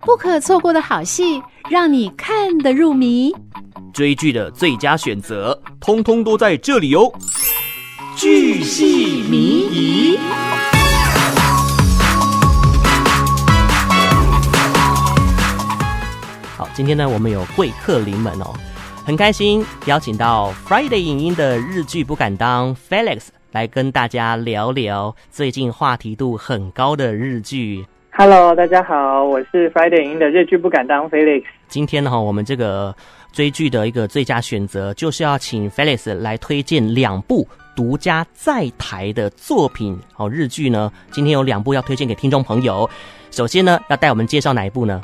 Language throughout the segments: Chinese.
不可错过的好戏，让你看得入迷。追剧的最佳选择，通通都在这里哦！巨细靡遗。好，今天呢，我们有贵客临门哦，很开心邀请到 Friday 影音的日剧不敢当 Felix 来跟大家聊聊最近话题度很高的日剧 Hello，大家好，我是 Friday 影音的日剧不敢当 Felix。今天呢，我们这个追剧的一个最佳选择，就是要请 Felix 来推荐两部独家在台的作品。哦，日剧呢，今天有两部要推荐给听众朋友。首先呢，要带我们介绍哪一部呢？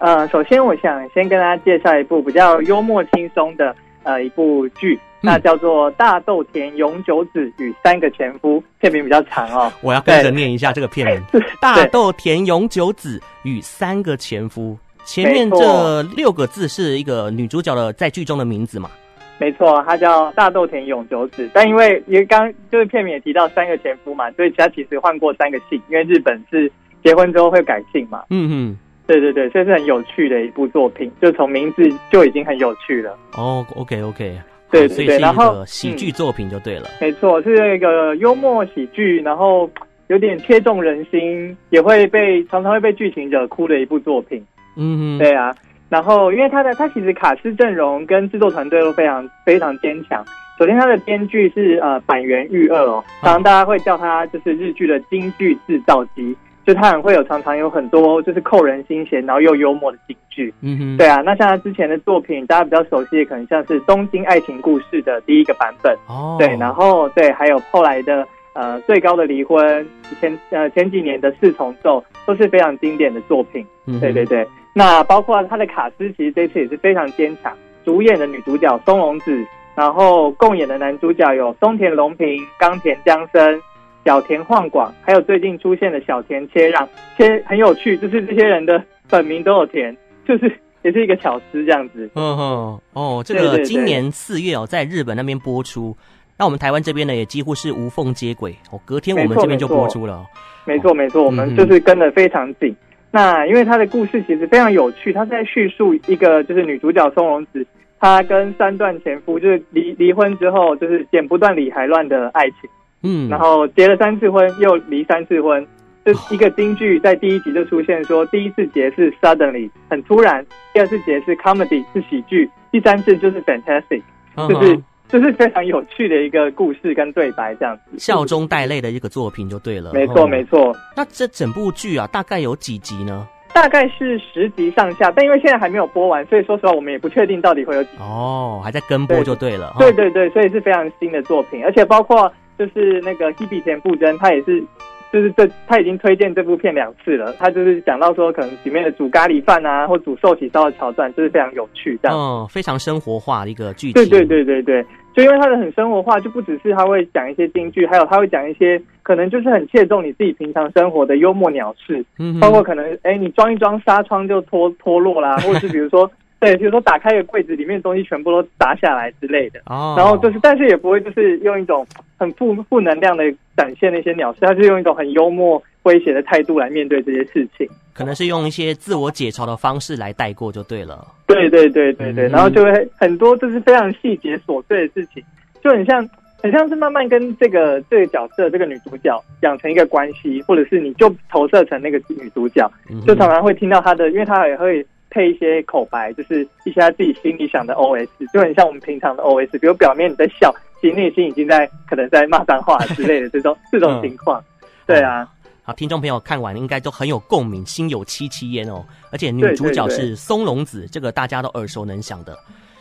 呃，首先我想先跟大家介绍一部比较幽默轻松的呃一部剧，那叫做《大豆田永久子与三个前夫》，片名比较长哦。我要跟着念一下这个片 名：大豆田永久子与三个前夫。前面这六个字是一个女主角的在剧中的名字嘛？没错，它叫大豆田永久子，但因为因为刚就是片名也提到三个前夫嘛，所以他其实换过三个姓，因为日本是结婚之后会改姓嘛。嗯嗯。对对对，这是很有趣的一部作品，就从名字就已经很有趣了。哦、oh,，OK OK，对所对以是对，一然后个喜剧作品就对了。没错，是一个幽默喜剧，然后有点切中人心，也会被常常会被剧情惹哭的一部作品。嗯嗯，对啊，然后因为他的他其实卡司阵容跟制作团队都非常非常坚强。首先，他的编剧是呃板垣裕二哦，常嗯常大家会叫他就是日剧的京剧制造机，就他很会有常常有很多就是扣人心弦，然后又幽默的京剧。嗯哼，对啊，那像他之前的作品，大家比较熟悉的可能像是《东京爱情故事》的第一个版本，哦，对，然后对，还有后来的呃最高的离婚，前呃前几年的四重奏都是非常经典的作品。嗯哼对对，对，那包括他的卡斯，其实这次也是非常坚强。主演的女主角松隆子，然后共演的男主角有松田龙平、冈田将生、小田晃广，还有最近出现的小田切让。切很有趣，就是这些人的本名都有田，就是也是一个巧思这样子。嗯哼，哦，这对对个对今年四月哦，在日本那边播出，那我们台湾这边呢也几乎是无缝接轨哦，隔天我没们错这边就没错播出了哦。没错，没错，我们嗯就是跟的非常紧。那因为他的故事其实非常有趣，他在叙述一个就是女主角松隆子，她跟三段前夫就是离离婚之后，就是剪不断理还乱的爱情，嗯，然后结了三次婚又离三次婚，这一个京剧在第一集就出现说，第一次结是 suddenly 很突然，第二次结是 comedy 是喜剧，第三次就是 fantastic，嗯就是、哼就是非常有趣的一个故事跟对白这样子。笑中带泪的一个作品就对了。没错哦没错。那这整部剧啊，大概有几集呢？大概是十集上下，但因为现在还没有播完，所以说实话我们也不确定到底会有几集。哦，还在跟播对就对了。嗯对对对，所以是非常新的作品，而且包括就是那个 Hebe 田馥甄，他也是，就是这他已经推荐这部片两次了。他就是讲到说，可能里面的煮咖喱饭啊，或煮寿喜烧的桥段，就是非常有趣这样。嗯，非常生活化的一个剧情。对对，对对对，就因为他的很生活化，就不只是他会讲一些京剧，还有他会讲一些可能就是很切中你自己平常生活的幽默鸟事。嗯哼，包括可能哎、诶你装一装纱窗就脱脱 落啦，或者是比如说对，比如说打开一个柜子，里面的东西全部都砸下来之类的。哦，然后就是，但是也不会就是用一种很负负能量的展现那些鸟事，他是用一种很幽默诙谐的态度来面对这些事情。可能是用一些自我解嘲的方式来带过就对了。对对对对对，嗯然后就会很多就是非常细节琐碎的事情，就很像很像是慢慢跟这个这个角色这个女主角养成一个关系，或者是你就投射成那个女主角，嗯哼就常常会听到他的，因为他也会配一些口白，就是一些他自己心里想的 OS，就很像我们平常的 OS，比如表面你在笑，其实内心已经在可能在骂脏话之类的 这种这嗯种情况。对啊，好，听众朋友看完应该都很有共鸣，心有戚戚焉哦。而且女对对主角对是松隆子，这个大家都耳熟能详的。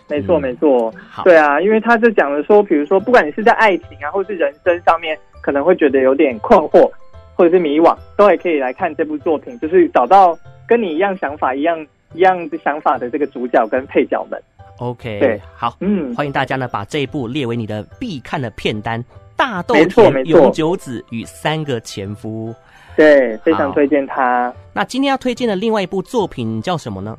没错嗯没错，好，对啊，因为他是讲的说，比如说不管你是在爱情啊，或是人生上面，可能会觉得有点困惑或者是迷惘，都也可以来看这部作品，就是找到跟你一样想法一样一样的想法的这个主角跟配角们。 ，OK，对，好，嗯，欢迎大家呢把这一部列为你的必看的片单，《大豆没错田没错永久子与三个前夫》。对，非常好推荐他。那今天要推荐的另外一部作品叫什么呢？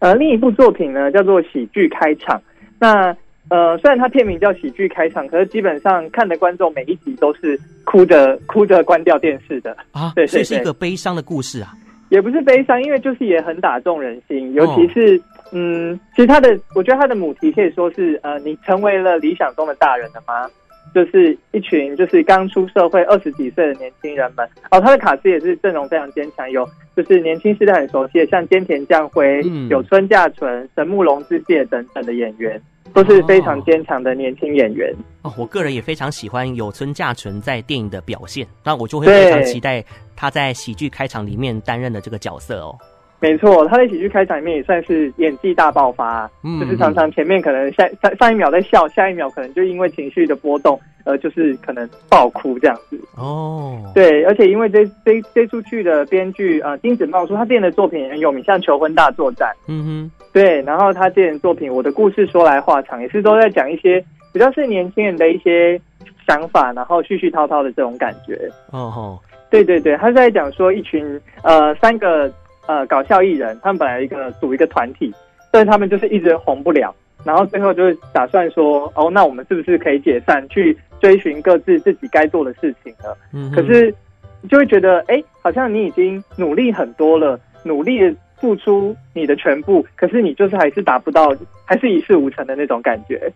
呃，另一部作品呢叫做《喜剧开场》。那呃，虽然它片名叫喜剧开场，可是基本上看的观众每一集都是哭着哭着关掉电视的，啊，对对所以是一对个悲伤的故事啊。也不是悲伤，因为就是也很打动人心，尤其是、嗯，其实它的我觉得它的母题可以说是呃，你成为了理想中的大人了吗？就是一群就是刚出社会二十几岁的年轻人们哦，他的卡司也是阵容非常坚强，有就是年轻世代很熟悉的，像菅田将晖、嗯有村架纯、神木隆之介等等的演员，都是非常坚强的年轻演员。哦，我个人也非常喜欢有村架纯在电影的表现，那我就会对非常期待他在喜剧开场里面担任的这个角色哦。没错，他在喜剧开场里面也算是演技大爆发、啊嗯就是常常前面可能下上上一秒在笑，下一秒可能就因为情绪的波动，呃，就是可能爆哭这样子。哦，对，而且因为这这这出剧的编剧呃金子茂说，他之前的作品也很有名，像《求婚大作战嗯》对，然后他之前的作品《我的故事说来话长》也是都在讲一些比较是年轻人的一些想法，然后絮絮叨叨的这种感觉。哼，哦吼，对对对，他是在讲说一群呃三个呃搞笑艺人，他们本来一个组一个团体，但是他们就是一直红不了，然后最后就是打算说，哦，那我们是不是可以解散，去追寻各自自己该做的事情了？嗯哼，可是就会觉得，哎，好像你已经努力很多了，努力地付出你的全部，可是你就是还是达不到，还是一事无成的那种感觉。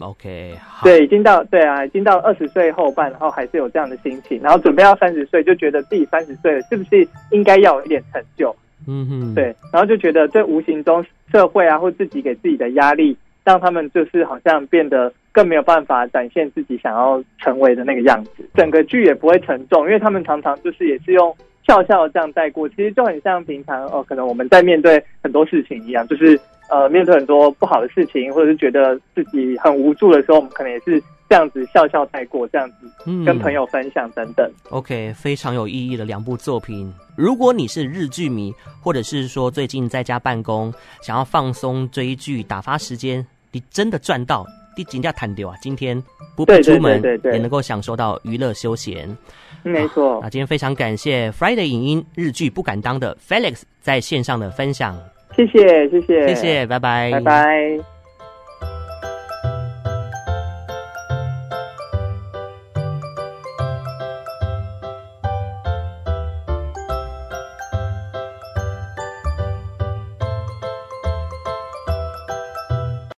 OK，好，对，已经到对啊，已经到二十岁后半，然后还是有这样的心情，然后准备要三十岁，就觉得自己三十岁了，是不是应该要有一点成就？嗯哼，对，然后就觉得这无形中社会啊，或自己给自己的压力，让他们就是好像变得更没有办法展现自己想要成为的那个样子。整个剧也不会沉重，因为他们常常就是也是用笑笑这样带过，其实就很像平常哦，可能我们在面对很多事情一样，就是呃面对很多不好的事情，或者是觉得自己很无助的时候，我们可能也是这样子笑笑带过，这样子嗯跟朋友分享等等。 OK，非常有意义的两部作品。如果你是日剧迷，或者是说最近在家办公，想要放松追剧打发时间，你真的赚到，你金价谈丢啊！今天不必对对出门，对对对也能够享受到娱乐休闲。嗯没错那，今天非常感谢 Friday 影音日剧不敢当的 Felix 在线上的分享，谢谢谢谢谢谢，拜拜，拜拜。